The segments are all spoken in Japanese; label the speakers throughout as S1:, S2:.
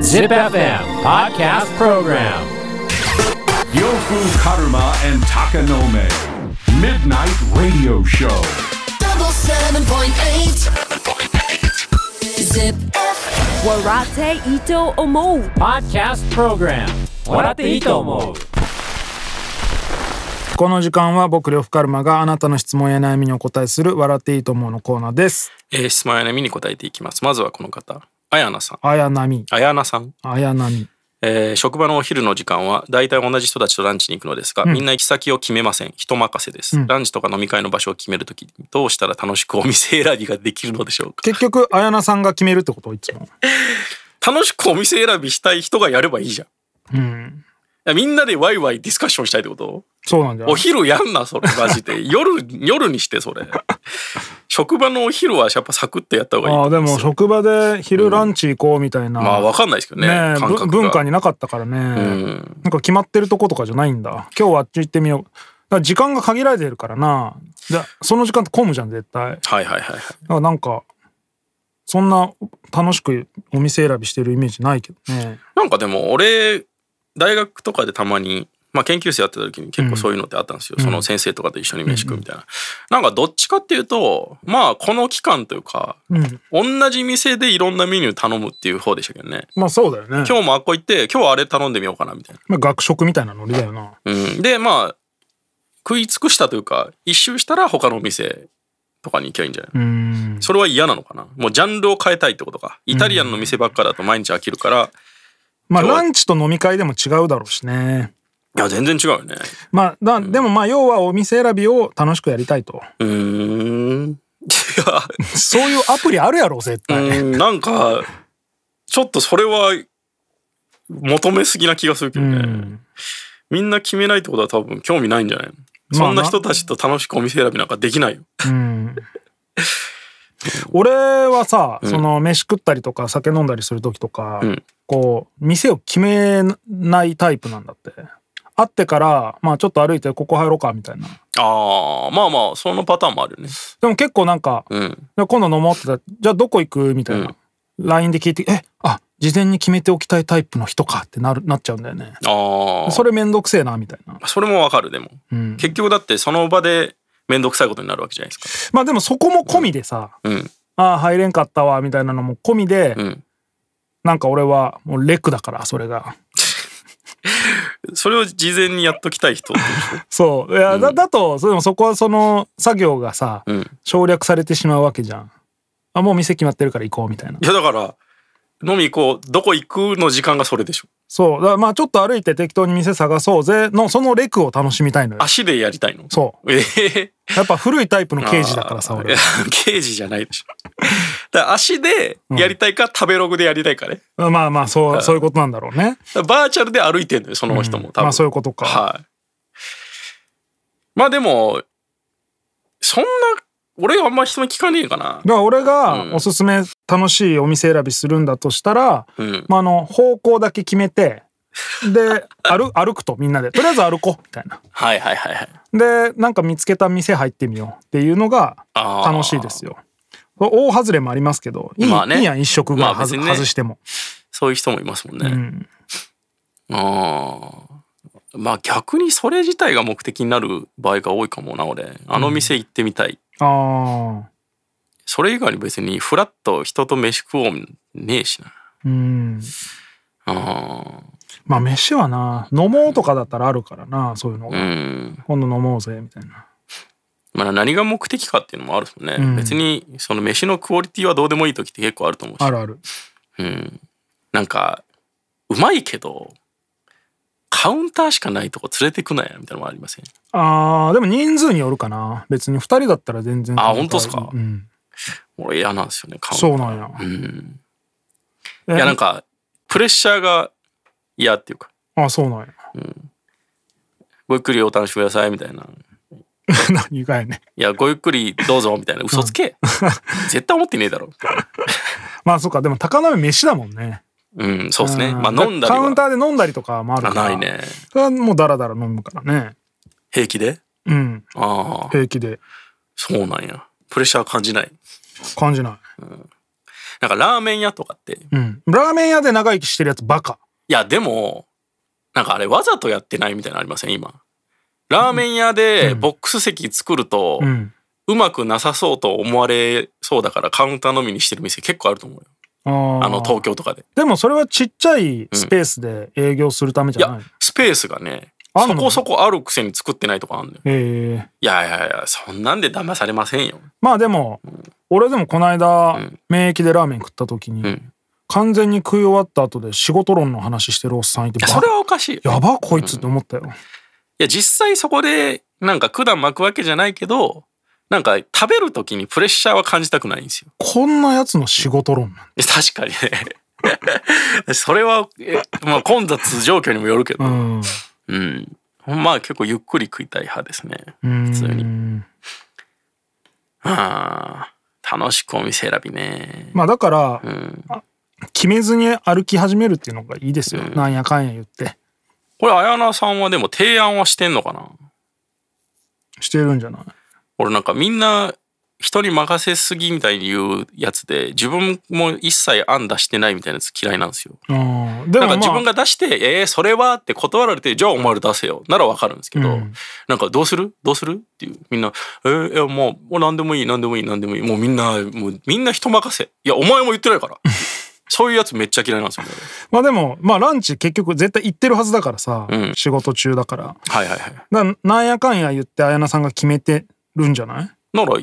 S1: Zip FM Podcast Program
S2: Yofu Karuma and Takanome. Midnight Radio Show.
S3: double seven point eight. Zip.
S4: Warate Ito Omo.
S1: Podcast Program 笑っていいと思う
S5: この時間は僕呂布カルマがあなたの質問や悩みにお答えする笑っていいと思うのコーナーです。
S6: えー質問や悩みに答えていきます。まずはこの方、あやなさん。
S5: あやなみ、
S6: あやなさん、
S5: あやなみ。
S6: えー職場のお昼の時間は大体同じ人たちとランチに行くのですが、みんな行き先を決めません。人任せです。ランチとか飲み会の場所を決めるとき、どうしたら楽しくお店選びができるのでしょうか。
S5: 結局あやなさんが決めるってこといつも。
S6: 楽しくお店選びしたい人がやればいいじゃんい
S5: うん。
S6: や。みんなでワイワイディスカッションしたいってこと
S5: そうなんじゃない
S6: お昼やんな、それ、マジ で。夜、夜にして、それ。職場のお昼はやっぱサクッとやった方がいいと
S5: ああ
S6: 思
S5: で
S6: います
S5: も職場で昼ランチ行こうみたいな。
S6: まあ、わかんないですけどね。
S5: ねえ
S6: 感覚
S5: ぶ
S6: が
S5: 文化になかったからね、
S6: ん
S5: なんか決まってるとことかじゃないんだ今日はあっち行ってみようだから時間が限られてるからなじゃその時間って混むじゃん絶対だか
S6: はいはいはいはい。
S5: らなんかそんな楽しくお店選びしてるイメージないけどね
S6: なんかでも俺大学とかでたまに、まあ、研究生やってた時に結構そういうのってあったんですよ、その先生とかと一緒に飯食うみたいな、なんかどっちかっていうとまあこの期間というか、
S5: うん
S6: 同じ店でいろんなメニュー頼むっていう方でしたけどね
S5: まあそうだよね
S6: 今日もあっこ行って今日はあれ頼んでみようかなみたいな、
S5: まあ、学食みたいなノリだよな
S6: うん、でまあ食い尽くしたというか一周したら他のお店とかに行きゃいいんじゃない、
S5: うん
S6: それは嫌なのかなもうジャンルを変えたいってことかイタリアンの店ばっかだと毎日飽きるから、
S5: まあ
S6: 今日は
S5: ランチと飲み会でも違うだろうしね
S6: いや全然違うよね
S5: まあだでもまあ要はお店選びを楽しくやりたいと
S6: うー んいや
S5: そういうアプリあるやろ絶対、
S6: うんなんかちょっとそれは求めすぎな気がするけどね、
S5: うん
S6: みんな決めないってことは多分興味ないんじゃないの
S5: まあな
S6: そんな人たちと楽しくお店選びなんかできないよ。
S5: うん、俺はさ、その飯食ったりとか酒飲んだりする時とか、
S6: ん
S5: こう店を決めないタイプなんだって会ってからまあちょっと歩いてここ入ろうかみたいな
S6: ああ、まあまあ、そのパターンもあるよね。
S5: でも結構なんか、
S6: うん。
S5: じゃあ今度飲もうって言ったらじゃあどこ行くみたいな、LINE で聞いてえあ事前に決めておきたいタイプの人かってなるなっちゃうんだよね
S6: ああ。
S5: それめんどくせえなみたいな
S6: それもわかる、でも。
S5: ん
S6: 結局だってその場でめんどくさいことになるわけじゃないです
S5: まあでもそこも込みでさ、
S6: か。うん。
S5: ああ入れんかったわみたいなのも込みで、
S6: うん。
S5: なんか俺はもうレックだからそれが
S6: それを事前にやっときたい人ってことでし
S5: そういや、だだとそれでもそこはその作業がさ、
S6: ょ。うん。
S5: 省略されてしまうわけじゃんあもう店決まってるから行こうみたいない
S6: や、だから、飲み行こう、どこ行くの時間がそれでしょ。
S5: そうだからまあちょっと歩いて適当に店探そうぜのそのレクを楽しみたいのよ
S6: 足でやりたいの。。
S5: そう
S6: ええ
S5: やっぱ古いタイプの刑事だからさ
S6: あー
S5: 俺
S6: いや 刑事じゃないでしょだから足でやりたいか、食べログでやりたいかね
S5: まあまあそうそういうことなんだろうね
S6: だからバーチャルで歩いてんのよその人も、多分
S5: まあそういうことか、
S6: はいまあでもそんな俺あんま人に聞かねえか
S5: だか
S6: な
S5: ら俺がおすすめ楽しいお店選びするんだとしたら、
S6: うん
S5: まあ、あの方向だけ決めて で歩歩くとみんなでとりあえず歩こうみたいな
S6: はいはいはいはい
S5: でなんか見つけた店入ってみようっていうのが
S6: あー
S5: 楽しいですよ大外れもありますけどいい,、
S6: まあね
S5: いいやん一食ぐらい
S6: まあ別
S5: 外,、
S6: にね
S5: 外しても
S6: そういう人もいますもんね、
S5: ん
S6: ああまあ逆にそれ自体が目的になる場合が多いかもな俺あの店行ってみたい、
S5: ああ
S6: それ以外に別にフラッと人と飯食おうもねえしな
S5: うん
S6: あ
S5: まあ飯はな飲もうとかだったらあるからなそういうの
S6: あう
S5: が、
S6: ん
S5: 今度飲もうぜみたいな
S6: まあ、何が目的かっていうのもあるもんね、
S5: ん
S6: 別にその飯のクオリティはどうでもいい時って結構あると思うし
S5: あるある
S6: うん、なんかうまいけどカウンターしかないとこ連れてくなやみたいなのもありません
S5: あーでも人数によるかな別に2人だったら全然
S6: あ本当っすか
S5: うん、
S6: 俺嫌なんですよねカウンター
S5: そうなんや、
S6: うん
S5: え
S6: いやなんかプレッシャーが嫌っていうか
S5: あそうなんや
S6: ごゆっくりお楽しみくださいみたいな
S5: 何がやね
S6: いやごゆっくりどうぞみたいな嘘つけ、絶対思ってねえだろ
S5: まあそうかでも高鍋飯だもんね
S6: うんそうですねまあ
S5: うん
S6: 飲んだり
S5: カウンタ
S6: は
S5: ーで飲んだりとかもある
S6: あ
S5: から
S6: ないね
S5: それはもうダラダラ飲むからね
S6: 平気で
S5: うん
S6: ああ
S5: 平気で
S6: そうなんやプレッシャー感じない
S5: 感じない
S6: なんかラーメン屋とかって、い
S5: うん。ラーメン屋で長生きしてるやつバカ。
S6: や、でも、なんかあれわざとやってないみたいなのありません今。ラーメン屋でボックス席作ると、う
S5: うん。
S6: まくなさそうと思われそうだからカウンターのみにしてる店結構あると思うよ。
S5: あー
S6: あの東京とかで。
S5: でもそれはちっちゃいスペースで営業するため
S6: い
S5: じゃない、
S6: や、スペースがね、
S5: あん
S6: そ
S5: の
S6: こそこあるくせに作ってないとかあんのよ。
S5: ええ
S6: いやいやいや、そんなんで騙されませんよ。
S5: まあでも、俺でもこの間、免疫でラーメン食った時に、
S6: うん
S5: 完全に食い終わった後で仕事論の話してるおっさんいて
S6: いや、
S5: ば
S6: それはおかしいよ。い
S5: やばこいつって思ったよ、
S6: や、実際そこで、なんか管巻くわけじゃないけど、なんか食べる時にプレッシャーは感じたくないんですよ。
S5: こんなやつの仕事論なんて
S6: いや確かにね。 それは、えまあ混雑状況にもよるけど、
S5: うん
S6: うん。まあ結構ゆっくり食いたい派ですね。
S5: うん
S6: 普通に。ああ、楽しくお店選びね。
S5: まあだから、
S6: うん。
S5: 決めずに歩き始めるっていうのがいいですよ、なんやかんや言って
S6: これ、綾菜さんはでも提案はしてんのかな
S5: してるんじゃない
S6: 俺なんかみんな人に任せすぎみたいに言うやつで自分も一切案出してないみたいなやつ嫌いなんですよ。
S5: うんで
S6: なん
S5: も
S6: か自
S5: まあ
S6: 分が出して「えー、それは?」って断られて「じゃあお前ら出せよ」ならわかるんですけど、
S5: うん
S6: なんか「どうするどうする?」っていうみんな「えー、いやもうもう何でもいい何でもいい何でもいいもうみんなもうみんな人任せいやお前も言ってな いから」そういうやつめっちゃ嫌いなんですよね。
S5: まあでもまあランチ結局絶対行ってるはずだからさ、
S6: うん
S5: 仕事中だから
S6: はいはいは
S5: だ
S6: い。
S5: からなんやかんや言って綾菜さんが決めてるんじゃない
S6: なら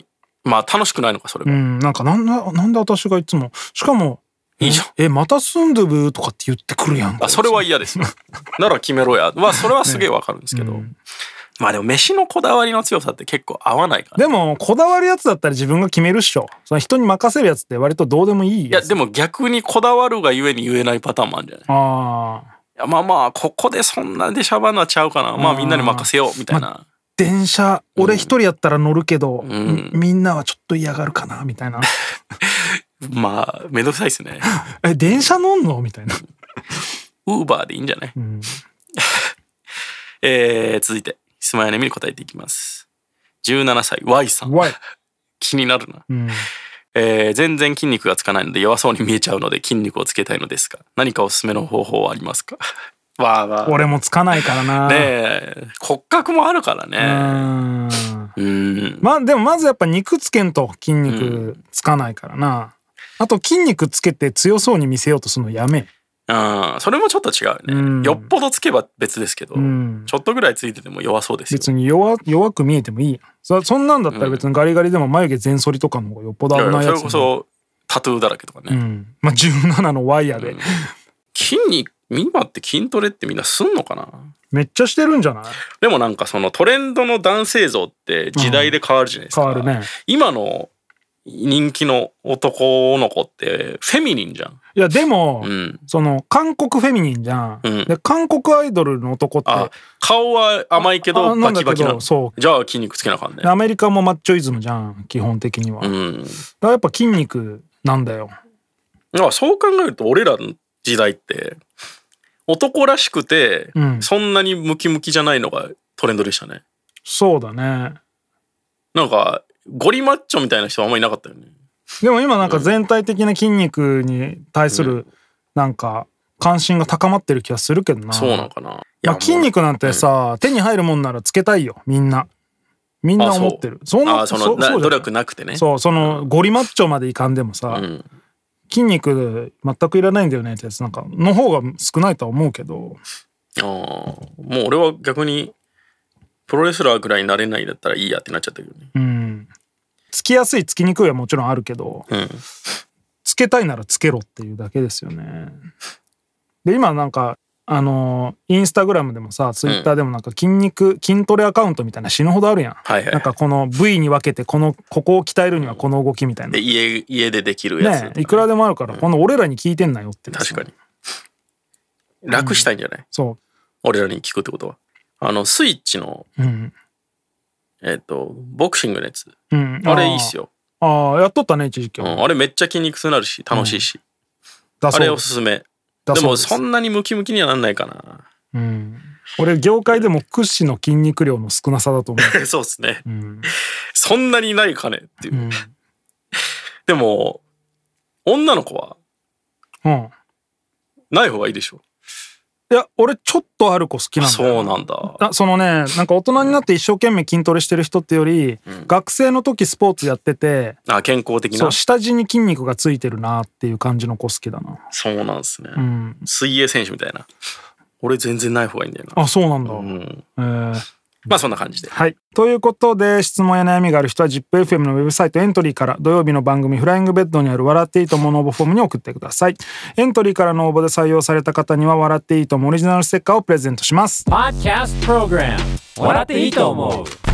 S6: まあ楽しくないのかそれ
S5: う
S6: が。
S5: んなんかなんだなんで私がいつもしかも
S6: いいじゃん
S5: えまたスンドゥブとかって言ってくるやん
S6: あそれは嫌ですよ。なら決めろや。まあそれはすげえわかるんですけど、まあでも飯のこだわりの強さって結構合わないから。
S5: でもこだわるやつだったら自分が決めるっしょその人に任せるやつって割とどうでもいい
S6: いや
S5: やつ
S6: でも逆にこだわるがゆえに言えないパターンもあるんじゃないい
S5: ああ
S6: やまあまあここでそんなでしゃばんのはちゃうかなまあみんなに任せようみたいな、
S5: 電車俺一人やったら乗るけど、
S6: ん
S5: みみんなはちょっと嫌がるかなみたいな
S6: まあめんどくさいですね
S5: え電車乗んのみたいな、
S6: ウーバーでいいんじゃない、
S5: うん
S6: えー、続いて質問や悩みに答えていきます17歳 Y さん
S5: 怖い、
S6: 気になるな
S5: うん、
S6: えー全然筋肉がつかないので弱そうに見えちゃうので筋肉をつけたいのですが何かおすすめの方法はあります かわあわあね
S5: 俺もつかないから な、
S6: え骨格もあるから
S5: う
S6: ね
S5: ん
S6: うん
S5: まあでもまずやっぱ肉つけんと筋肉つかないからな、あと筋肉つけて強そうに見せようとするのやめ
S6: うんそれもちょっと違うね、
S5: うん
S6: よっぽどつけば別ですけど、
S5: ん
S6: ちょっとぐらいついてても弱そうですよ
S5: 別に弱弱く見えてもいいやんそそんなんだったら別にガリガリでも眉毛全剃りとかの方がよっぽど
S6: い
S5: 危
S6: やい
S5: ない
S6: やそ
S5: や
S6: れ
S5: つ
S6: こそタトゥーだらけとかね、
S5: うんまあ、17のワイヤーで、
S6: 筋肉今って筋トレってみんなすんのかな
S5: めっちゃしてるんじゃない
S6: でもなんかそのトレンドの男性像って時代で変わるじゃないですか、
S5: 変わるね
S6: 今の人気の男の子ってフェミニンじゃん。
S5: いやでも、
S6: うん。
S5: その韓国フェミニンじゃん、
S6: うん
S5: で韓国アイドルの男って
S6: あ、顔は甘いけ
S5: あ
S6: ど
S5: な
S6: バ
S5: んだけ
S6: キ
S5: ど
S6: バキなの。
S5: そ
S6: じゃあ筋肉つけなあかんね。
S5: アメリカもマッチョイズムじゃん基本的には、
S6: う
S5: だか
S6: ん。
S5: らやっぱ筋肉なんだよ
S6: だからそう考えると俺らの時代って男らしくて
S5: うん
S6: そんなにムキムキじゃないのがトレンドでしたね。
S5: そうだね
S6: なんかゴリマッチョみたいな人はあんまりいなかったよね。
S5: でも今なんか全体的な筋肉に対するなんか関心が高まってる気がするけどな
S6: そうなのかな。いや
S5: まあ、筋肉なんてさ、手に入るもんならつけたいよみんなみんな思ってるそ
S6: も
S5: ん
S6: うあ
S5: な
S6: あ、そ
S5: そ
S6: の
S5: うじゃ
S6: な
S5: ない
S6: 努力なくてね。
S5: そうそのゴリマッチョまでいかんでもさ、
S6: ん
S5: 筋肉全くいらないんだよねってやつなんかの方が少ないとは思うけど
S6: ああ、もう俺は逆にプロレスラーぐらいになれないだったらいいやってなっちゃったけどね。
S5: うんつきやすいつきにくいはもちろんあるけど
S6: うん。
S5: つけたいならつけろっていうだけですよねで今なんかあのインスタグラムでもさツイッターでもなんか筋肉筋トレアカウントみたいな死ぬほどあるやん、
S6: はいはい
S5: なんかこの部位に分けてこのここを鍛えるにはこの動きみたいな
S6: で家家でできるやつ、
S5: ねいくらでもあるから、この俺らに聞いてんなよっていう
S6: 確かに楽したいんじゃない、
S5: そ
S6: 俺らに聞くってことはあのスイッチの
S5: ううん
S6: えっ、とボクシングのやつ
S5: うん
S6: あれいいっすよ
S5: ああやっとったね一時期
S6: あ,、
S5: は、
S6: うん、あれめっちゃ筋肉痛になるし楽しいし、
S5: だ
S6: あ
S5: そう
S6: れ
S5: で
S6: お
S5: す
S6: すすめ
S5: だ
S6: で
S5: そう
S6: も
S5: です
S6: そんなにムキムキにはなんない かな
S5: うん、俺業界でも屈指の筋肉量の少なさだと思う、
S6: そうですね
S5: うん
S6: そんなにないかねっていう、
S5: うん
S6: でも女の子は
S5: うん。
S6: ない方がいいでしょ
S5: いや、俺ちょっとある子好き
S6: う。
S5: なんだよ
S6: そうなんだ。
S5: あそのねなんか大人になって一生懸命筋トレしてる人ってより、学生の時スポーツやってて
S6: あ健康的
S5: そ
S6: な。
S5: う下地に筋肉がついてるなっていう感じの子好きだな
S6: そうなんですね。
S5: うん
S6: 水泳選手みたいな。俺全然ない方がいいんだよな。
S5: あそうなんだ、
S6: うん。
S5: えー
S6: まあそんな感じで。
S5: はい。ということで、質問や悩みがある人は ZIPFM のウェブサイトエントリーから土曜日の番組フライングベッドにある笑っていいともの応募フォームに送ってください。エントリーからの応募で採用された方には笑っていいともオリジナルステッカーをプレゼントします。
S1: Podcast Program 笑っていいと思う